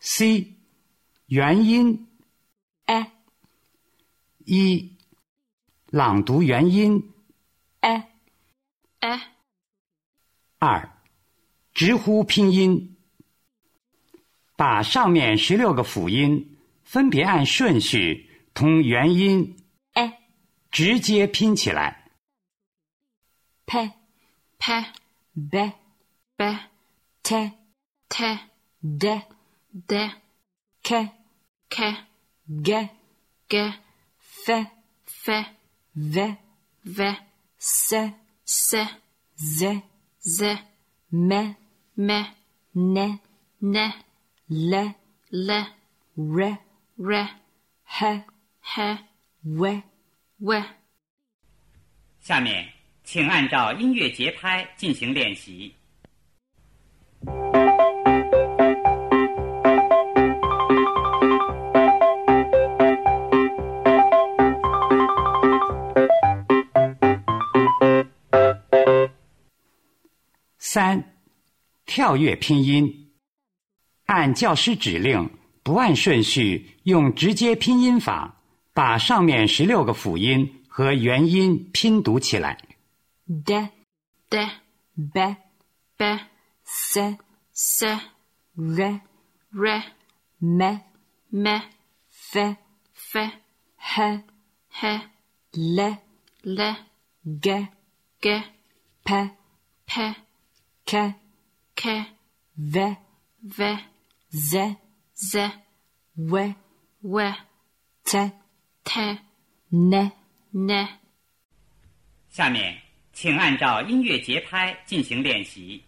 c 元音 e 一，，E，朗读元音 e e 二，直呼拼音。把上面十六个辅音分别按顺序同元音 e 直接拼起来。 p p b b t t d d k k g g f f v v s s z z m m n n l l r r h h w w 下面，请按照音乐节拍进行练习。三，跳跃拼音，按教师指令，不按顺序，用直接拼音法把上面十六个辅音和元音拼读起来。 d d b b s s r r m m f f h h l l g g p p k k v v z z w w t t n n。下面，请按照音乐节拍进行练习。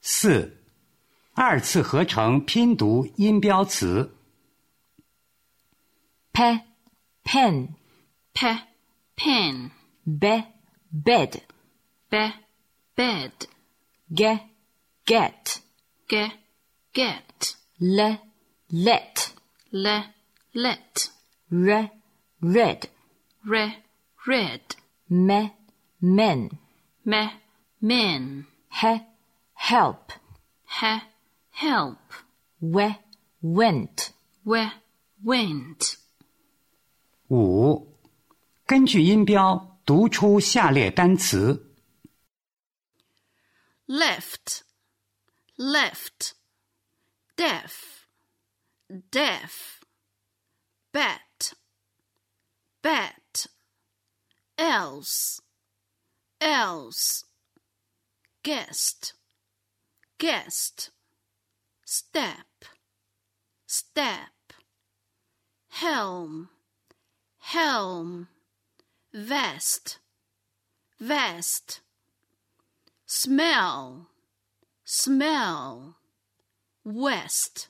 四，二次合成拼读音标词。 p pen p pin b bed b bed g get g E get l let l let r red r red m men m min h help h help w went w went。五，根据音标读出下列单词： left, left, deaf, deaf, bat, bat, else, else, guest, guest, step, step, helm, helm, vest, vest smell, smell, west,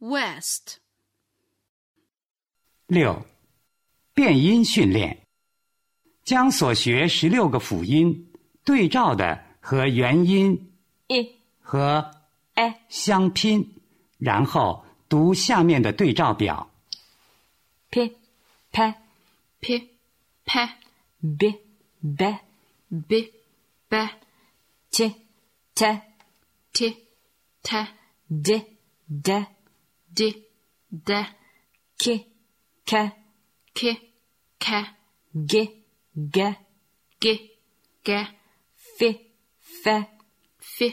west, 六，变音训练，将所学十六个辅音对照的和元音 i 和 e 相拼，然后读下面的对照表。 p p p, p, b b b, b, t t t, t, d d d, d, k k k, k, g g g, g, f f f,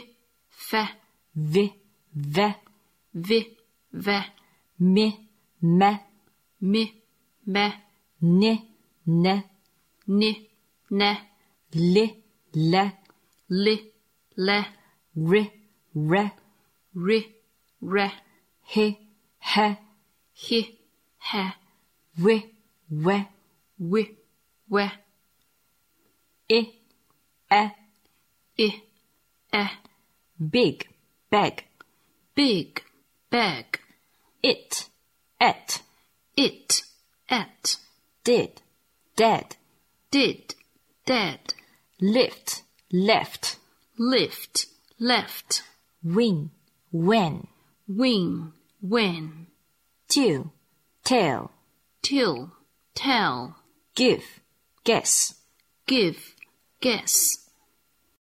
f, v v v, v, m m m, m, n n n, n, l l l, l, r r r, r, h h h, h, w w w, w, i E, a i, e, big bag big, bag, it at it, at, did dead did, dead, lift left lift, left, win when win, win, stew, tell, till, tell, give, guess. give, guess.